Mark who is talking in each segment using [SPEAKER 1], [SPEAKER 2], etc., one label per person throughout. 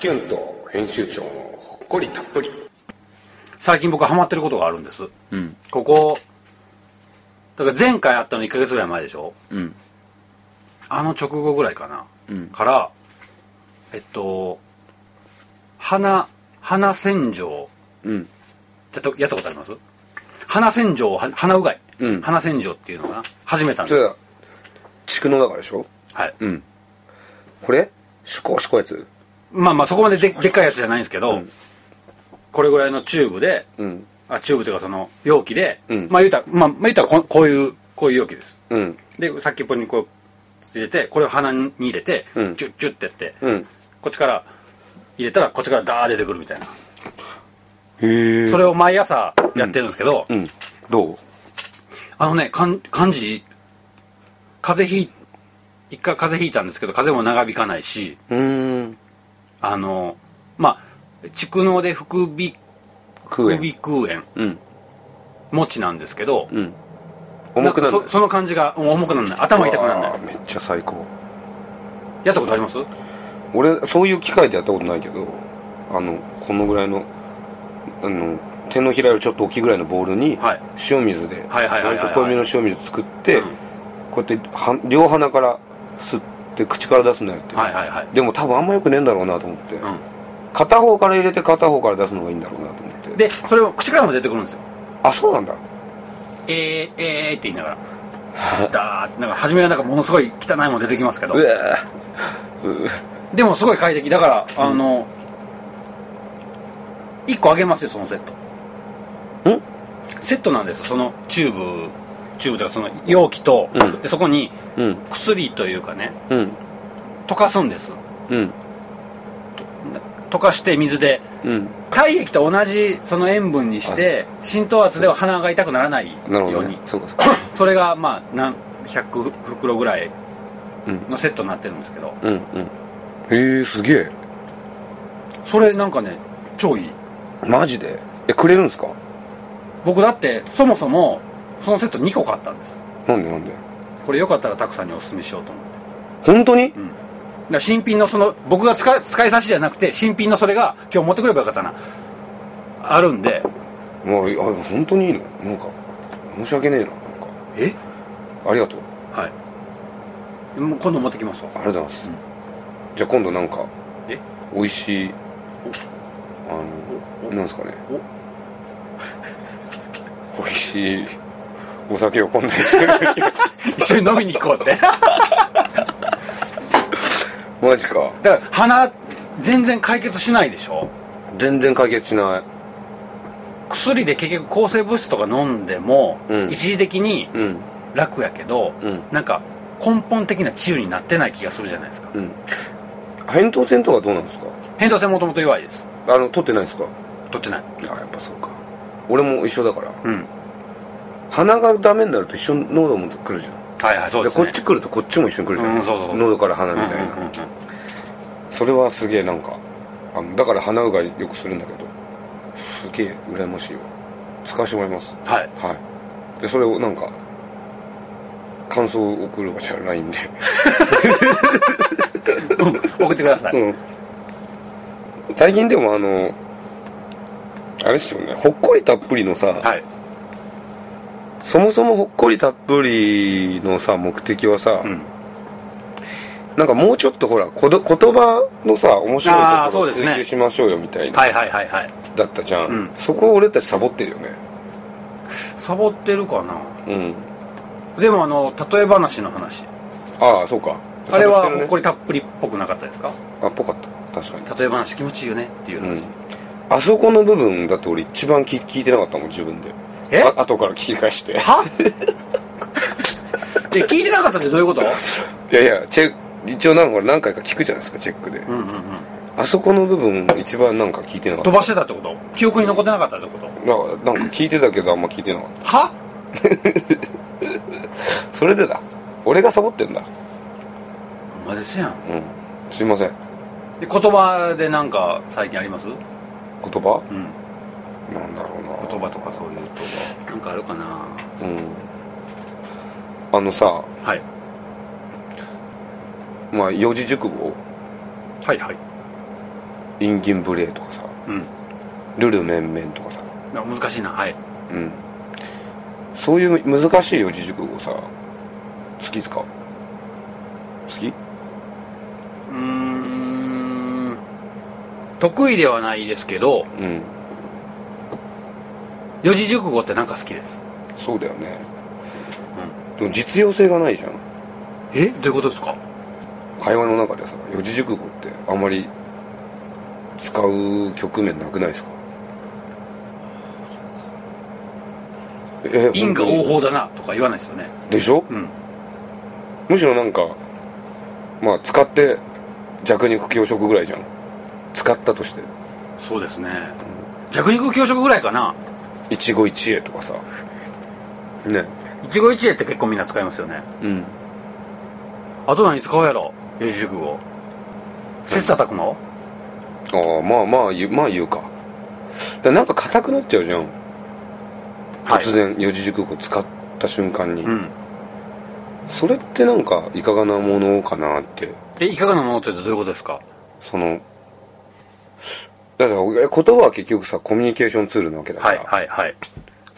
[SPEAKER 1] キュンと編集長のほっこりたっぷり
[SPEAKER 2] 最近僕ハマってることがあるんです、
[SPEAKER 3] うん
[SPEAKER 2] ここだから前回あったの1ヶ月ぐらい前でしょ
[SPEAKER 3] うん
[SPEAKER 2] あの直後ぐらいかな、
[SPEAKER 3] うん
[SPEAKER 2] からえっと花花洗浄
[SPEAKER 3] うん
[SPEAKER 2] やったやったことあります花洗浄は花うがい、
[SPEAKER 3] うん
[SPEAKER 2] 花洗浄っていうのかな始めたん
[SPEAKER 1] そ
[SPEAKER 2] で
[SPEAKER 1] れ
[SPEAKER 2] す
[SPEAKER 1] は蓄能だからでしょ
[SPEAKER 2] はい、
[SPEAKER 3] うん
[SPEAKER 1] これシュコシュコやつ
[SPEAKER 2] まあまあそこまでででっかいやつじゃないんですけど、これぐらいのチューブで
[SPEAKER 1] うん
[SPEAKER 2] あチューブというかその容器で、
[SPEAKER 1] うん
[SPEAKER 2] まあ言うたら、まあ、まあ言うたらここういうこういう容器です
[SPEAKER 1] うん
[SPEAKER 2] で先っぽにこう入れてこれを鼻に入れて、
[SPEAKER 1] うん
[SPEAKER 2] チュッチュッってやって、
[SPEAKER 1] うん
[SPEAKER 2] こっちから入れたらこっちからダー出てくるみたいな、
[SPEAKER 1] へえ
[SPEAKER 2] それを毎朝やってるんですけど、
[SPEAKER 1] うんどう
[SPEAKER 2] あのねかん漢字風邪ひい一回風邪ひいたんですけど風邪も長引かないし
[SPEAKER 1] うーん
[SPEAKER 2] あのまあ蓄能で副鼻
[SPEAKER 1] 空炎
[SPEAKER 2] 首空炎
[SPEAKER 1] うん
[SPEAKER 2] 持ちなんですけど、
[SPEAKER 1] うん重くなる
[SPEAKER 2] んかそその感じがうん重くならない頭痛くならない
[SPEAKER 1] めっちゃ最高
[SPEAKER 2] やったことあります
[SPEAKER 1] 俺そういう機械でやったことないけどあのこのぐらいのあの手のひらよりちょっと大きいぐらいのボールに
[SPEAKER 2] はい
[SPEAKER 1] 塩水で
[SPEAKER 2] はいはいはいはい
[SPEAKER 1] 割と濃いめの塩水作って、
[SPEAKER 2] うん
[SPEAKER 1] こうやっては両鼻から吸って口から出すんだよって、
[SPEAKER 2] はいはいはい
[SPEAKER 1] でも多分あんまよくねえんだろうなと思って、
[SPEAKER 2] うん
[SPEAKER 1] 片方から入れて片方から出すのがいいんだろうなと思って
[SPEAKER 2] でそれを口からも出てくるんですよ
[SPEAKER 1] あそうなんだ
[SPEAKER 2] えー、えーって言い ながらだーってなんか初めはなんかものすごい汚いもん出てきますけど
[SPEAKER 1] うわーうわ
[SPEAKER 2] でもすごい快適だから、あの1個あげますよそのセット
[SPEAKER 1] ん
[SPEAKER 2] セットなんですそのチューブチューブというかその容器と、
[SPEAKER 1] うん
[SPEAKER 2] でそこに
[SPEAKER 1] うん
[SPEAKER 2] 薬というかね
[SPEAKER 1] うん
[SPEAKER 2] 溶かすんです
[SPEAKER 1] うん
[SPEAKER 2] 溶かして水で
[SPEAKER 1] うん
[SPEAKER 2] 体液と同じその塩分にして浸透圧では鼻が痛くならないよ
[SPEAKER 1] なるほど、
[SPEAKER 2] うに、
[SPEAKER 1] ね、そうかそうか
[SPEAKER 2] それがまあ何100袋ぐらい
[SPEAKER 1] うん
[SPEAKER 2] のセットになってるんですけど、
[SPEAKER 1] うんうんへえすげえ
[SPEAKER 2] それなんかね超いい
[SPEAKER 1] マジでえくれるんですか
[SPEAKER 2] 僕だってそもそもそのセット2個買ったんです
[SPEAKER 1] なんでなんで
[SPEAKER 2] これよかったらたくさんにお勧めしようと思ってだか
[SPEAKER 1] 本当に
[SPEAKER 2] ら新品のその僕が使い使い差しじゃなくて新品のそれが今日持ってくればよかったなあるんで
[SPEAKER 1] もうあ本当にいいのなんか申し訳ねえななんか
[SPEAKER 2] え
[SPEAKER 1] ありがとう
[SPEAKER 2] はいでもう今度持ってきますわ
[SPEAKER 1] ありがとうございます、じゃあ今度なんか
[SPEAKER 2] え
[SPEAKER 1] 美味しいあ
[SPEAKER 2] お
[SPEAKER 1] の
[SPEAKER 2] お
[SPEAKER 1] なんですかね美味しいお酒を今度一緒に
[SPEAKER 2] 一緒に飲みに行こうって
[SPEAKER 1] マジか
[SPEAKER 2] だから鼻全然解決しないでしょ
[SPEAKER 1] 全然解決しない
[SPEAKER 2] 薬で結局抗生物質とか飲んでも、
[SPEAKER 1] うん
[SPEAKER 2] 一時的に
[SPEAKER 1] うん
[SPEAKER 2] 楽やけど、
[SPEAKER 1] うん
[SPEAKER 2] なんか根本的な治癒になってない気がするじゃないですか
[SPEAKER 1] うん扁桃腺とかどうなんですか
[SPEAKER 2] 扁桃腺もともと弱いです
[SPEAKER 1] あの取ってないですか
[SPEAKER 2] 取ってない
[SPEAKER 1] あやっぱそうか俺も一緒だから
[SPEAKER 2] うん
[SPEAKER 1] 鼻がダメになると一緒に喉も来るじゃん
[SPEAKER 2] はいはいそう
[SPEAKER 1] で
[SPEAKER 2] です、
[SPEAKER 1] こ
[SPEAKER 2] ね、
[SPEAKER 1] っち来るとこっちも一緒に来るじゃん、
[SPEAKER 2] うんそうそうそう
[SPEAKER 1] 喉から鼻みたいな、
[SPEAKER 2] うんうんうんうん
[SPEAKER 1] それはすげえなんかあのだから鼻うがいよくするんだけどすげえ羨ましいわ使わせてもらいます
[SPEAKER 2] はい
[SPEAKER 1] はいでそれをなんか感想を送るわじゃないんで
[SPEAKER 2] うん送ってください、
[SPEAKER 1] うん最近でもあのあれですよねほっこりたっぷりのさ、
[SPEAKER 2] はい
[SPEAKER 1] そもそもほっこりたっぷりのさ目的はさ、
[SPEAKER 2] うん
[SPEAKER 1] なんかもうちょっとほらこど言葉のさ面白い
[SPEAKER 2] あー
[SPEAKER 1] とこ
[SPEAKER 2] そう
[SPEAKER 1] ろを
[SPEAKER 2] です
[SPEAKER 1] 追
[SPEAKER 2] ね
[SPEAKER 1] 求しましょうよみたいな、
[SPEAKER 2] はいはいはいはい
[SPEAKER 1] だったじゃん、
[SPEAKER 2] うん
[SPEAKER 1] そこを俺たちサボってるよね
[SPEAKER 2] サボってるかな
[SPEAKER 1] うん
[SPEAKER 2] でもあの例え話の話
[SPEAKER 1] ああそうか
[SPEAKER 2] あれは
[SPEAKER 1] サボ
[SPEAKER 2] ほ
[SPEAKER 1] っ
[SPEAKER 2] っこ
[SPEAKER 1] り
[SPEAKER 2] りたっぷりっぽくなかったですか
[SPEAKER 1] あぽかった確かに
[SPEAKER 2] 例え話気持ちいいよねっていう話、
[SPEAKER 1] あそこの部分だって俺一番聞聞いてなかったもん自分で
[SPEAKER 2] え
[SPEAKER 1] あ後から聞き返して
[SPEAKER 2] は で聞いてなかったってどういうこと
[SPEAKER 1] いやいやチェ一応なんかほら何回か聞くじゃないですかチェックで、
[SPEAKER 2] うんうんうん
[SPEAKER 1] あそこの部分一番なんか聞いてなかった
[SPEAKER 2] 飛ばしてたってこと記憶に残ってなかったってこと
[SPEAKER 1] ななんか聞いてたけどあんま聞いてなかっ
[SPEAKER 2] は
[SPEAKER 1] たそれでだ俺がサボってんだ
[SPEAKER 2] ほんまですやん
[SPEAKER 1] うんすいません
[SPEAKER 2] で言葉でなんか最近ありますうん
[SPEAKER 1] 言葉なんだろうな
[SPEAKER 2] 言葉とかそういうなんかあるかな
[SPEAKER 1] うんあのさ
[SPEAKER 2] はい
[SPEAKER 1] まあ四字熟語
[SPEAKER 2] はいはい
[SPEAKER 1] インギンブレーとかさ
[SPEAKER 2] うん
[SPEAKER 1] ルルメンメンとかさ
[SPEAKER 2] あ難しいなはい
[SPEAKER 1] うんそういう難しい四字熟語さ好きっすか好き
[SPEAKER 2] うーん得意ではないですけど
[SPEAKER 1] うん
[SPEAKER 2] 四字熟語ってなんか好きです
[SPEAKER 1] そうだよね、でも実用性がないじゃん
[SPEAKER 2] えどういうことですか
[SPEAKER 1] 会話の中でさ四字熟語ってあんまり使う局面なくないですかえ
[SPEAKER 2] 因果応
[SPEAKER 1] 本
[SPEAKER 2] 報だなとか言わないですよね
[SPEAKER 1] 当にでしょ、
[SPEAKER 2] うん
[SPEAKER 1] むしろなんかまあ使って弱肉強食ぐらいじゃん使ったとして
[SPEAKER 2] そうですね弱肉強食ぐらいかな
[SPEAKER 1] 一期一会とかさね
[SPEAKER 2] 一期一会って結構みんな使いますよね
[SPEAKER 1] うん
[SPEAKER 2] あと何使うやろ四字熟語切磋琢磨
[SPEAKER 1] ああまあまあ言うまあ言うかだからなんか硬くなっちゃうじゃん突
[SPEAKER 2] はい
[SPEAKER 1] 然四字熟語使った瞬間に、
[SPEAKER 2] うん
[SPEAKER 1] それってなんかいかがなものかなって
[SPEAKER 2] えいかがなものってどういうことですか
[SPEAKER 1] そのだから言葉は結局さコミュニケーションツールなわけだか
[SPEAKER 2] はい
[SPEAKER 1] ら、
[SPEAKER 2] はいはい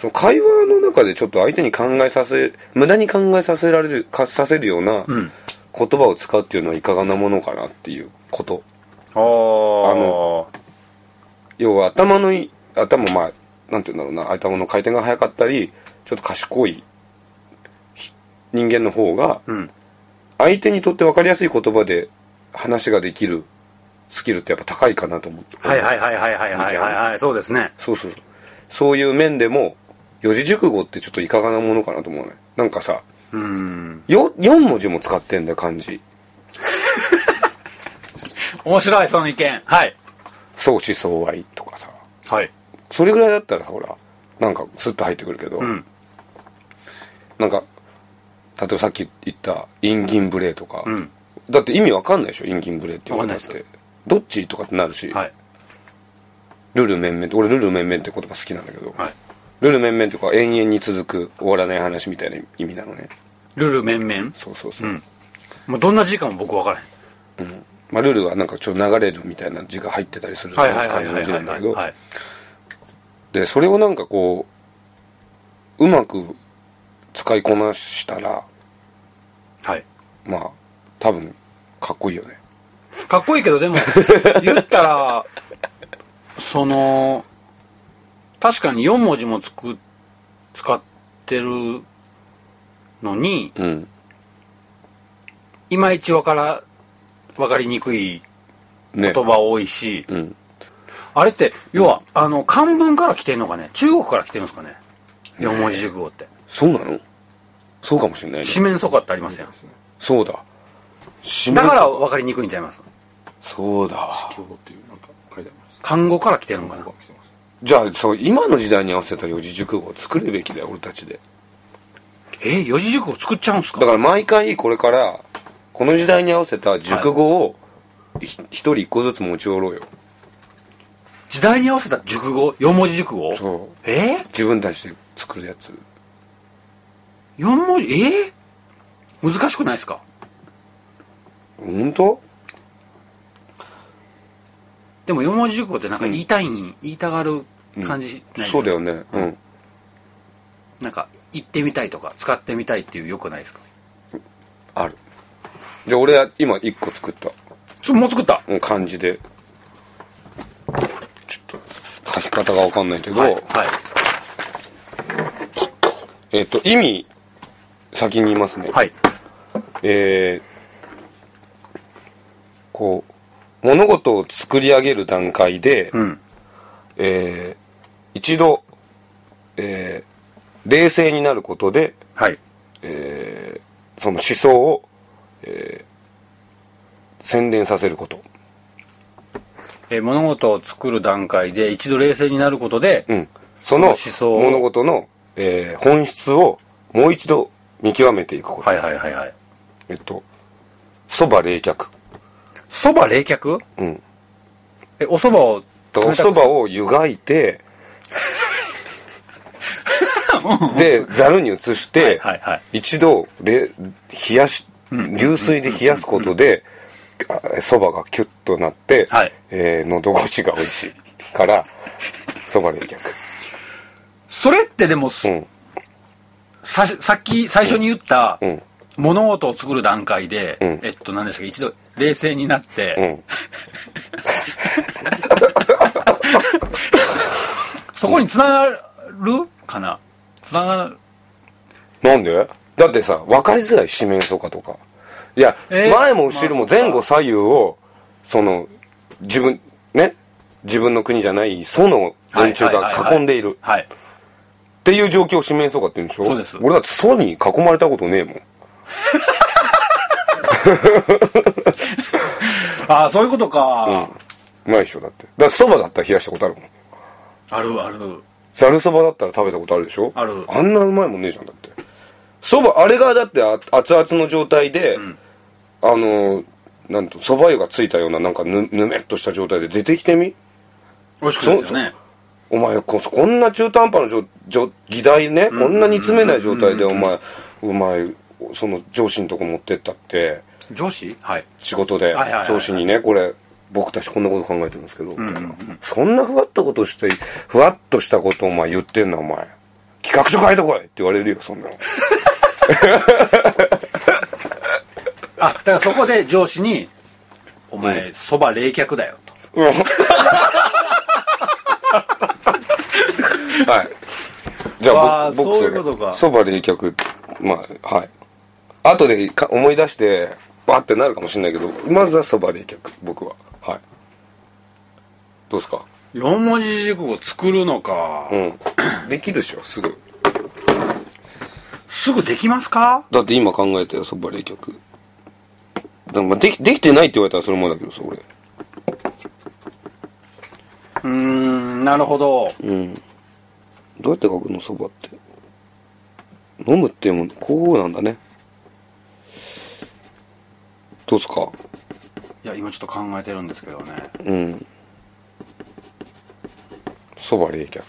[SPEAKER 1] その会話の中でちょっと相手に考えさせ無駄に考えさせられるかさせるような
[SPEAKER 2] うん
[SPEAKER 1] 言葉を使うっていうのはいかがなものかなっていうこと
[SPEAKER 2] ああの
[SPEAKER 1] 要は頭のい頭まあなんて言うんだろうな頭の回転が速かったりちょっと賢いひ人間の方が
[SPEAKER 2] うん
[SPEAKER 1] 相手にとって分かりやすい言葉で話ができるスキルってやっぱ高いかなと思って、
[SPEAKER 2] はいはいはいはいはいはいはいはいそうですね
[SPEAKER 1] そうそうそうそういう面でも四字熟語ってちょっといかがなものかなと思うねなんかさ
[SPEAKER 2] うん
[SPEAKER 1] よ4文字も使ってんだよ漢字
[SPEAKER 2] 面白いその意見はい
[SPEAKER 1] 相思相愛とかさ
[SPEAKER 2] はい
[SPEAKER 1] それぐらいだったらほらなんかスッと入ってくるけど、
[SPEAKER 2] うん
[SPEAKER 1] なんか例えばさっき言った「インギンブレー」とか、
[SPEAKER 2] うん
[SPEAKER 1] だって意味わかんないでしょ「インギンブレー」って言われたっ
[SPEAKER 2] わかんな
[SPEAKER 1] てどっちとかってなるし、
[SPEAKER 2] はい
[SPEAKER 1] ルルメンメンって俺ルルメンメンって言葉好きなんだけど、
[SPEAKER 2] はい
[SPEAKER 1] ルルメンメンとか永遠に続く終わらない話みたいな意味なのね
[SPEAKER 2] ルルメンメン
[SPEAKER 1] そうそうそう、
[SPEAKER 2] うんもうどんな字かも僕分からへん
[SPEAKER 1] まあ、ルルはなんかちょっと流れるみたいな字が入ってたりする
[SPEAKER 2] はいはいはいは
[SPEAKER 1] 感
[SPEAKER 2] い
[SPEAKER 1] じ
[SPEAKER 2] は
[SPEAKER 1] ないんだ
[SPEAKER 2] は
[SPEAKER 1] け
[SPEAKER 2] い
[SPEAKER 1] ど
[SPEAKER 2] はい
[SPEAKER 1] でそれをなんかこううまく使いこなしたら
[SPEAKER 2] はい
[SPEAKER 1] まあ多分かっこいいよね
[SPEAKER 2] かっこいいけどでも言ったらその確かに4文字もつく使ってるのに
[SPEAKER 1] うん
[SPEAKER 2] いまいちわからわかりにくい
[SPEAKER 1] ね
[SPEAKER 2] 言葉多いし、
[SPEAKER 1] うん
[SPEAKER 2] あれって要は、あの漢文から来てんのかね中国から来てるんですかね4文字熟語って
[SPEAKER 1] そうなのそうかもしれないね
[SPEAKER 2] 四面楚歌ってありますやん
[SPEAKER 1] そうだ締
[SPEAKER 2] だからわかりにくいんちゃいます
[SPEAKER 1] そうだわ
[SPEAKER 3] 競合っていうなんか書いてあります
[SPEAKER 2] 漢語から来てるのかな
[SPEAKER 3] ここが来てます
[SPEAKER 1] じゃあそう今の時代に合わせた四字熟語を作るべきだよ俺たちで
[SPEAKER 2] え四字熟語作っちゃうんすか
[SPEAKER 1] だから毎回これからこの時代に合わせた熟語をひ一人一個ずつ持ち寄ろうよ
[SPEAKER 2] 時代に合わせた熟語4文字熟語
[SPEAKER 1] そう
[SPEAKER 2] えー
[SPEAKER 1] 自分たちで作るやつ
[SPEAKER 2] 四文字えー難しくないですか
[SPEAKER 1] 本当
[SPEAKER 2] でも四文字熟語ってなんか言いたいに、言いたがる感じないですか、
[SPEAKER 1] そうだよねうん
[SPEAKER 2] なんか言ってみたいとか使ってみたいっていうよくないですか
[SPEAKER 1] あるじゃあ俺は今一個作った
[SPEAKER 2] それもう作った
[SPEAKER 1] うん漢字でちょっと書き方がわかんないけど、
[SPEAKER 2] はい、はい、
[SPEAKER 1] えっ、と意味先に言いますね
[SPEAKER 2] はい、
[SPEAKER 1] えーこう物事を作り上げる段階で、
[SPEAKER 2] うん
[SPEAKER 1] えー一度、えー冷静になることで、
[SPEAKER 2] はい
[SPEAKER 1] えーその思想を、えー洗練させること
[SPEAKER 2] えー物事を作る段階で一度冷静になることで、
[SPEAKER 1] うん、その
[SPEAKER 2] その思想を
[SPEAKER 1] 物事の、えー本質をもう一度見極めていくこと、
[SPEAKER 2] はいはいはいはい
[SPEAKER 1] えっとそば冷却
[SPEAKER 2] そば冷却
[SPEAKER 1] うん
[SPEAKER 2] えおそばを
[SPEAKER 1] だからお
[SPEAKER 2] 冷た
[SPEAKER 1] そ
[SPEAKER 2] く
[SPEAKER 1] ばを湯がい てでざるに移して、
[SPEAKER 2] はいはい
[SPEAKER 1] 一度れ冷やし流水で冷やすことで、あそばがキュッとなって、
[SPEAKER 2] はい
[SPEAKER 1] えー喉越しが美味しいから、そば冷却。
[SPEAKER 2] それってでも、
[SPEAKER 1] うん、
[SPEAKER 2] ささっき最初に言った、
[SPEAKER 1] うん、
[SPEAKER 2] 物事を作る段階で、
[SPEAKER 1] うん
[SPEAKER 2] えっと何でしたっけ一度冷静になって、
[SPEAKER 1] うん。
[SPEAKER 2] そこにつながるかなつながる
[SPEAKER 1] なんでだってさ、分かりづらい四面楚歌とか。いや、
[SPEAKER 2] えー
[SPEAKER 1] 前も後ろも前後左右を、その、自分、ね、自分の国じゃない、その連中
[SPEAKER 2] は
[SPEAKER 1] が
[SPEAKER 2] はは
[SPEAKER 1] 囲んでいる。
[SPEAKER 2] はい
[SPEAKER 1] っていう状況を四面楚歌って言うんでしょ
[SPEAKER 2] そうです
[SPEAKER 1] 俺だってソに囲まれたことねえもん。
[SPEAKER 2] ああそういうことか、
[SPEAKER 1] ないでしょだって。だからそばだったら冷やしたことあるもん。
[SPEAKER 2] あるある
[SPEAKER 1] ざるそばだったら食べたことあるでしょ
[SPEAKER 2] ある
[SPEAKER 1] あんなうまいもんねえじゃんだってそばあれがだってあ熱々の状態で、あのなんとそば湯がついたようななんかぬぬめっとした状態で出てきてみ
[SPEAKER 2] 美味しくないですよね
[SPEAKER 1] お前ここんな中途半端な状状議題ね、こんなに詰めない状態でお前お前その上司のとこ持ってったって
[SPEAKER 2] 上司はい
[SPEAKER 1] 仕事で
[SPEAKER 2] はいはいはいはい
[SPEAKER 1] 上司にねこれ僕たちこんなこと考えてるんですけど、みたいなそんなふわっとことしてふわっとしたことお前言ってんなお前企画書書いてこいって言われるよそんなの
[SPEAKER 2] あだからそこで上司に「お前そば、冷却だよ」と
[SPEAKER 1] はいじゃ
[SPEAKER 2] わ
[SPEAKER 1] あ
[SPEAKER 2] ー
[SPEAKER 1] 僕
[SPEAKER 2] そうい
[SPEAKER 1] そう
[SPEAKER 2] こと
[SPEAKER 1] れ
[SPEAKER 2] か
[SPEAKER 1] そば冷却まあはい後でか思い出してわーってなるかもしれないけどまずはそば冷却僕ははいどうですか
[SPEAKER 2] 4文字熟語作るのか、
[SPEAKER 1] うんできるでしょすぐ
[SPEAKER 2] すぐできますか
[SPEAKER 1] だって今考えたよそば冷却だからまあできできてないって言われたらそれもだけどさ俺
[SPEAKER 2] うーんなるほど
[SPEAKER 1] うんどうやって書くのそばって飲むってもうこうなんだねどうっすか
[SPEAKER 2] いや今ちょっと考えてるんですけどね
[SPEAKER 1] うんそば冷却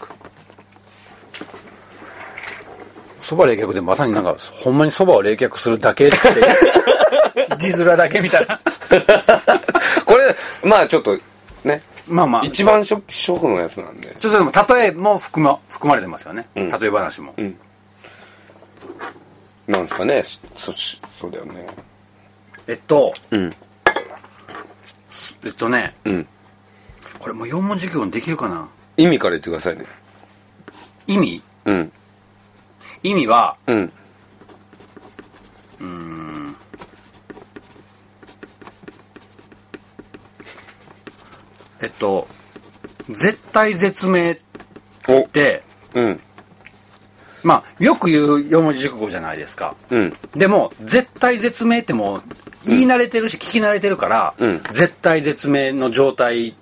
[SPEAKER 2] そば冷却でまさになんかほんまにそばを冷却するだ けって字面だけみたいな
[SPEAKER 1] これまあちょっとね
[SPEAKER 2] まあまあ
[SPEAKER 1] 一番初初歩のやつなんで
[SPEAKER 2] ちょっとでも例えも含ま含まれてますよね、
[SPEAKER 1] ん
[SPEAKER 2] 例え話も、
[SPEAKER 1] なんすかねしそしそうだよね
[SPEAKER 2] えっと
[SPEAKER 1] うん
[SPEAKER 2] えっとね
[SPEAKER 1] うん
[SPEAKER 2] これもう4文字熟語にできるかな
[SPEAKER 1] 意味から言ってくださいね
[SPEAKER 2] 意味
[SPEAKER 1] うん
[SPEAKER 2] 意味は
[SPEAKER 1] うん
[SPEAKER 2] えっと絶対絶命っ
[SPEAKER 1] お
[SPEAKER 2] て
[SPEAKER 1] うん
[SPEAKER 2] まあよく言う4文字熟語じゃないですか
[SPEAKER 1] うん
[SPEAKER 2] でも絶対絶命ってもう言い慣れてるし聞き慣れてるから、
[SPEAKER 1] うん
[SPEAKER 2] 絶対絶命の状態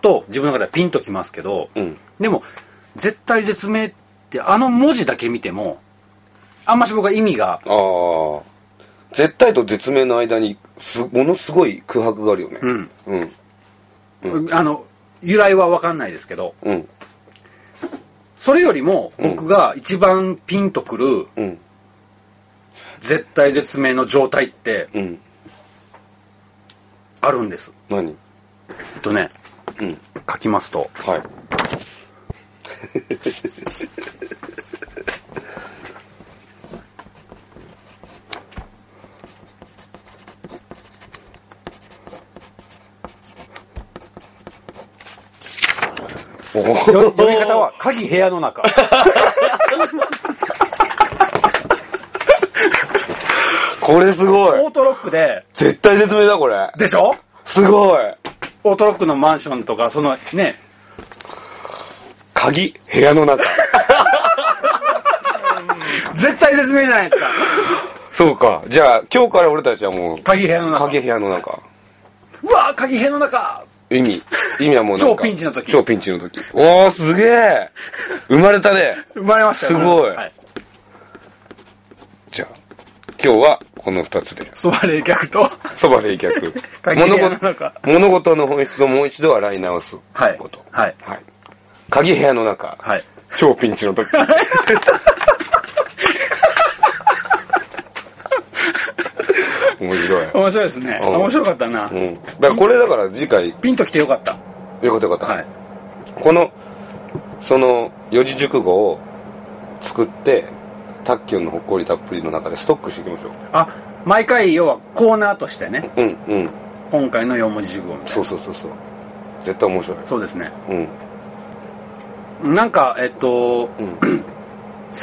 [SPEAKER 2] と自分の中ではピンときますけど、
[SPEAKER 1] うん
[SPEAKER 2] でも絶対絶命ってあの文字だけ見てもあんまし僕は意味が
[SPEAKER 1] ああ絶対と絶命の間にすものすごい空白があるよね
[SPEAKER 2] うん、
[SPEAKER 1] うん
[SPEAKER 2] あの由来は分かんないですけど
[SPEAKER 1] うん
[SPEAKER 2] それよりも僕が一番ピンとくる
[SPEAKER 1] うん
[SPEAKER 2] 絶対絶命の状態って
[SPEAKER 1] うん
[SPEAKER 2] あるんです。
[SPEAKER 1] 何
[SPEAKER 2] えっとね、
[SPEAKER 1] うん
[SPEAKER 2] 書きますと
[SPEAKER 1] はいお
[SPEAKER 2] よ読み方は「鍵部屋の中」
[SPEAKER 1] これすご
[SPEAKER 2] オ
[SPEAKER 1] い
[SPEAKER 2] ートロックで
[SPEAKER 1] 絶対絶命だこれ
[SPEAKER 2] でしょ
[SPEAKER 1] すごい
[SPEAKER 2] オートロックのマンションとかそのね
[SPEAKER 1] 鍵部屋の中
[SPEAKER 2] 絶対絶命じゃないですか
[SPEAKER 1] そうかじゃあ今日から俺たちはもう
[SPEAKER 2] 鍵部屋の中
[SPEAKER 1] 鍵部屋の中
[SPEAKER 2] うわー鍵部屋の中
[SPEAKER 1] 意味意味はもうなんか
[SPEAKER 2] 超ピンチの時
[SPEAKER 1] 超ピンチの時おおすげえ生まれたね
[SPEAKER 2] 生まれましたよ
[SPEAKER 1] すごい
[SPEAKER 2] はい、
[SPEAKER 1] じゃあ今日はこの2つで
[SPEAKER 2] そば冷却と
[SPEAKER 1] そば冷 却
[SPEAKER 2] 鍵部
[SPEAKER 1] 物
[SPEAKER 2] 屋の
[SPEAKER 1] 事
[SPEAKER 2] 中
[SPEAKER 1] 物事の本質をもう一度洗い直す
[SPEAKER 2] はい
[SPEAKER 1] こと
[SPEAKER 2] はい
[SPEAKER 1] はい、鍵部屋の中、
[SPEAKER 2] はい
[SPEAKER 1] 超ピンチの 時面面白い、
[SPEAKER 2] 面白いですね
[SPEAKER 1] うん
[SPEAKER 2] 面白かったな
[SPEAKER 1] うん、だからこれだから次回よ
[SPEAKER 2] ピンときてよかった
[SPEAKER 1] かったよかった、
[SPEAKER 2] はい
[SPEAKER 1] このその四字熟語を作ってタッキュンのほっこりたっぷりの中でストックしていきましょ
[SPEAKER 2] あ毎回要はコーナーとしてね
[SPEAKER 1] ううんうん
[SPEAKER 2] 今回の4文字熟語みたいな
[SPEAKER 1] そうそうそうそう絶対面白い
[SPEAKER 2] そうですね
[SPEAKER 1] うん
[SPEAKER 2] なんかえっと、
[SPEAKER 1] ん
[SPEAKER 2] 好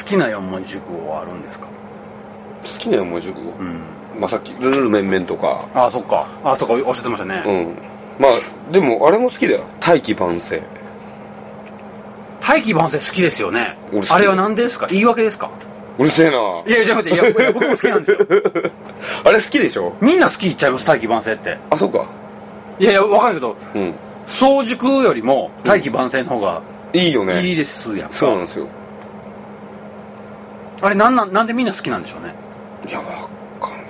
[SPEAKER 2] きな4文字熟語はあるんですか
[SPEAKER 1] 好きな四文字熟語、
[SPEAKER 2] うん
[SPEAKER 1] まあ、さっき「ルルルメンメン」とか
[SPEAKER 2] あそっかあそっかおっしゃってましたね、
[SPEAKER 1] うんまあでもあれも好きだよ「大器晩成」
[SPEAKER 2] 大器晩成好きですよね
[SPEAKER 1] 俺好き
[SPEAKER 2] あれは何ですか言い訳ですか
[SPEAKER 1] うるせえない
[SPEAKER 2] やいやじゃなくていやいや僕も好きなんですよ
[SPEAKER 1] あれ好きでしょ
[SPEAKER 2] みんな好きちゃいます大器晩成って
[SPEAKER 1] あそうか
[SPEAKER 2] いやいやわかるけど
[SPEAKER 1] うん
[SPEAKER 2] 早熟よりも大器晩成の方が
[SPEAKER 1] いいよね
[SPEAKER 2] いいですやんか
[SPEAKER 1] そうなんですよ
[SPEAKER 2] あれなんなんなんでみんな好きなんでしょうね
[SPEAKER 1] いやわかんない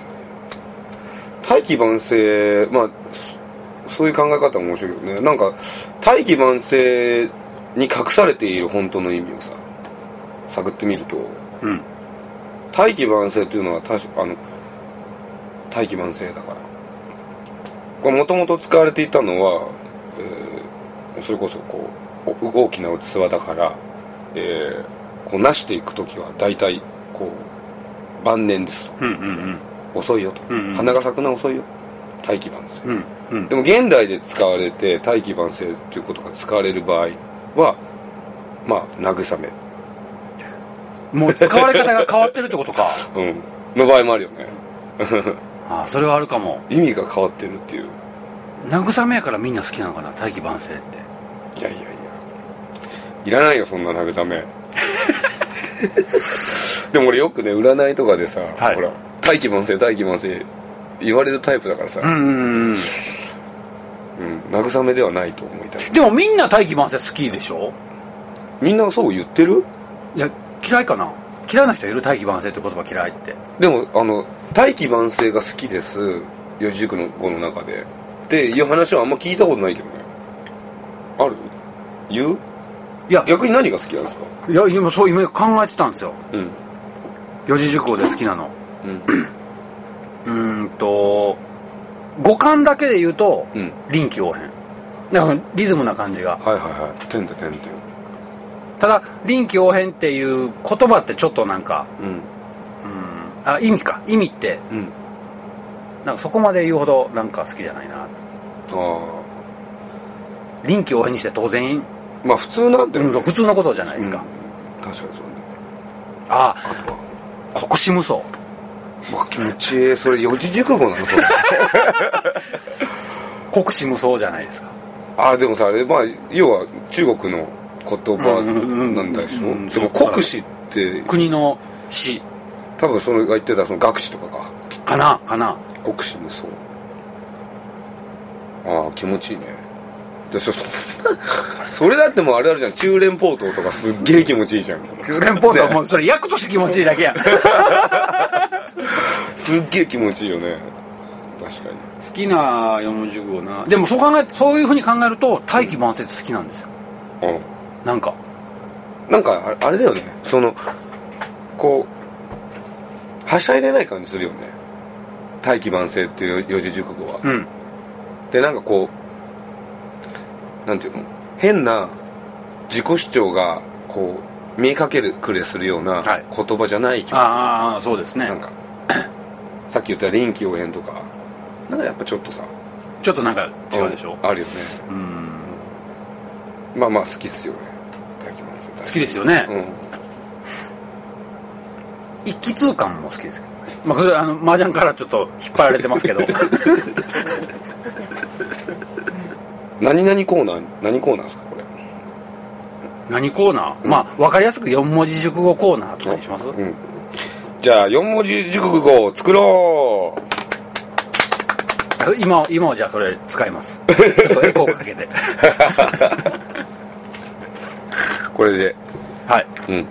[SPEAKER 1] 大器晩成まあそそういう考え方も面白いよねなんか大器晩成に隠されている本当の意味をさ探ってみると
[SPEAKER 2] うん
[SPEAKER 1] 大器晩成というのは確かあの大器晩成だからこれもともと使われていたのは、えーそれこそこうお大きな器だから、えーこうなしていく時は大体こう晩年ですと
[SPEAKER 2] うんうん
[SPEAKER 1] 遅いよと、
[SPEAKER 2] うんうん
[SPEAKER 1] 花が咲くのは遅いよ大器晩成
[SPEAKER 2] うんうんうん
[SPEAKER 1] でも現代で使われて大器晩成ということが使われる場合はまあ慰め、
[SPEAKER 2] もう使われ方が変わってるってことか
[SPEAKER 1] うん、の場合もあるよね
[SPEAKER 2] ああそれはあるかも
[SPEAKER 1] 意味が変わってるっていう
[SPEAKER 2] 慰めやからみんな好きなのかな大器晩成って
[SPEAKER 1] いやいやいやいらないよそんな慰 めでも俺よくね占いとかでさ、
[SPEAKER 2] はい
[SPEAKER 1] ほら大器晩成大器晩成言われるタイプだからさ、
[SPEAKER 2] うんうんう
[SPEAKER 1] う
[SPEAKER 2] ん
[SPEAKER 1] ん慰めではないと思いたい
[SPEAKER 2] でもみんな大器晩成好きでしょ
[SPEAKER 1] みんなそう言ってる
[SPEAKER 2] いや嫌いかな嫌いな人いる大器晩成って言葉嫌いって
[SPEAKER 1] でもあの大器晩成が好きです四字熟語の中でっていう話はあんま聞いたことないけどねある言う
[SPEAKER 2] いや
[SPEAKER 1] 逆に何が好きなんですか
[SPEAKER 2] いや今そう今考えてたんですよ
[SPEAKER 1] うん
[SPEAKER 2] 四字熟語で好きなの
[SPEAKER 1] うん
[SPEAKER 2] うーんと五感だけで言うと、
[SPEAKER 1] うん
[SPEAKER 2] 臨機応変だからリズムな感じが
[SPEAKER 1] はいはいはい点で点で
[SPEAKER 2] ただ臨機応変っていう言葉ってちょっとなんか
[SPEAKER 1] うん
[SPEAKER 2] うんあ意味か意味って
[SPEAKER 1] うん
[SPEAKER 2] なんかそこまで言うほどなんか好きじゃないな
[SPEAKER 1] ああ
[SPEAKER 2] 臨機応変にして当然、
[SPEAKER 1] まあ普通なんだよ
[SPEAKER 2] う
[SPEAKER 1] ね、
[SPEAKER 2] ん普通のことじゃないですか、
[SPEAKER 1] うん確かにそうね
[SPEAKER 2] あ
[SPEAKER 1] あとは
[SPEAKER 2] あ国士無双
[SPEAKER 1] うわ気持ちいいそれ四字熟語なのそ れ
[SPEAKER 2] 国士無双じゃないですか
[SPEAKER 1] ああでもさあれまあ要は中国の言葉なんでし
[SPEAKER 2] うんうんうんうん
[SPEAKER 1] ょでも国史って
[SPEAKER 2] 国の死
[SPEAKER 1] 多分それが言ってたその学士とかか
[SPEAKER 2] かなかな
[SPEAKER 1] 国士無双ああ気持ちいいねでそ そそれだってもうあれあるじゃん中連ポートとかすっげえ気持ちいいじゃん
[SPEAKER 2] 連邦とはもうそれ役として気持ちいいだけやん 好
[SPEAKER 1] すっげえ気持ちいいよね確かに
[SPEAKER 2] きな四文字熟語なでもそう考えそういうふうに考えると大器晩成って好きなんですよ
[SPEAKER 1] うん
[SPEAKER 2] なんか
[SPEAKER 1] なんかあれあれだよねそのこうはしゃいでない感じするよね大器晩成っていう四字熟語は、
[SPEAKER 2] うん
[SPEAKER 1] でなんかこうなんていうの変な自己主張がこう見えかけるくれするような
[SPEAKER 2] はい
[SPEAKER 1] 言葉じゃない気が
[SPEAKER 2] ああそうですね
[SPEAKER 1] なんか さっき言った臨機応変とかなんかやっぱちょっとさ
[SPEAKER 2] ちょっとなんか違うでしょ
[SPEAKER 1] んあるよね
[SPEAKER 2] うん
[SPEAKER 1] まあまあ好きっすよね大器晩成好
[SPEAKER 2] 好きですよね、
[SPEAKER 1] うん
[SPEAKER 2] 一気通貫も好きですけど、ね、まあそれあの麻雀からちょっと引っ張られてますけど
[SPEAKER 1] 何々コーナー何コーナーですかこれ
[SPEAKER 2] 何コーナー、まあ分かりやすく四文字熟語コーナーとかにします、
[SPEAKER 1] うん、じゃあ4文字熟語を作ろう
[SPEAKER 2] 今は今はじゃあそれ使います ちょっとエコーかけて
[SPEAKER 1] これで
[SPEAKER 2] はい
[SPEAKER 1] うん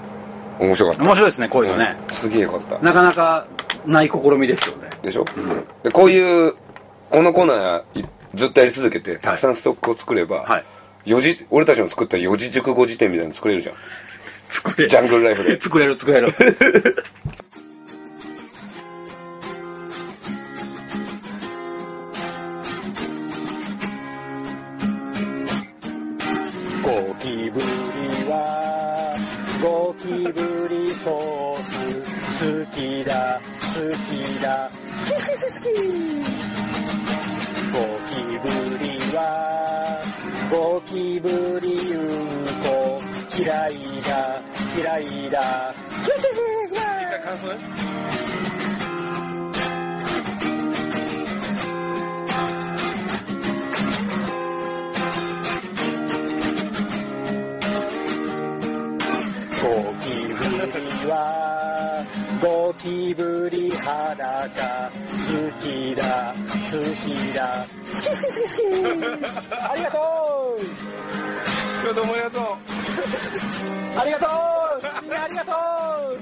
[SPEAKER 1] 面白かっ
[SPEAKER 2] 面白いですねこう
[SPEAKER 1] た
[SPEAKER 2] いうのね、
[SPEAKER 1] うんすげえよかった
[SPEAKER 2] なかなかない試みですよね
[SPEAKER 1] でしょ、でこういうこのコーナーいずっとやり続けてたくさんストックを作れば、
[SPEAKER 2] はい
[SPEAKER 1] 四字俺たちの作った四字熟語辞典みたいなの作れるじゃん
[SPEAKER 2] 作れ
[SPEAKER 1] ジャングルライフで
[SPEAKER 2] 作れる 作れる
[SPEAKER 4] ゴキブリソース好きだ好きだゴキブリはゴキブリうんこ嫌いだ嫌いだ
[SPEAKER 1] 感想ね
[SPEAKER 4] ゴキブリはゴキブリ肌が好きだ好きだありがとう
[SPEAKER 1] 今日どうもありがとう
[SPEAKER 4] ありがとうみんなありがとう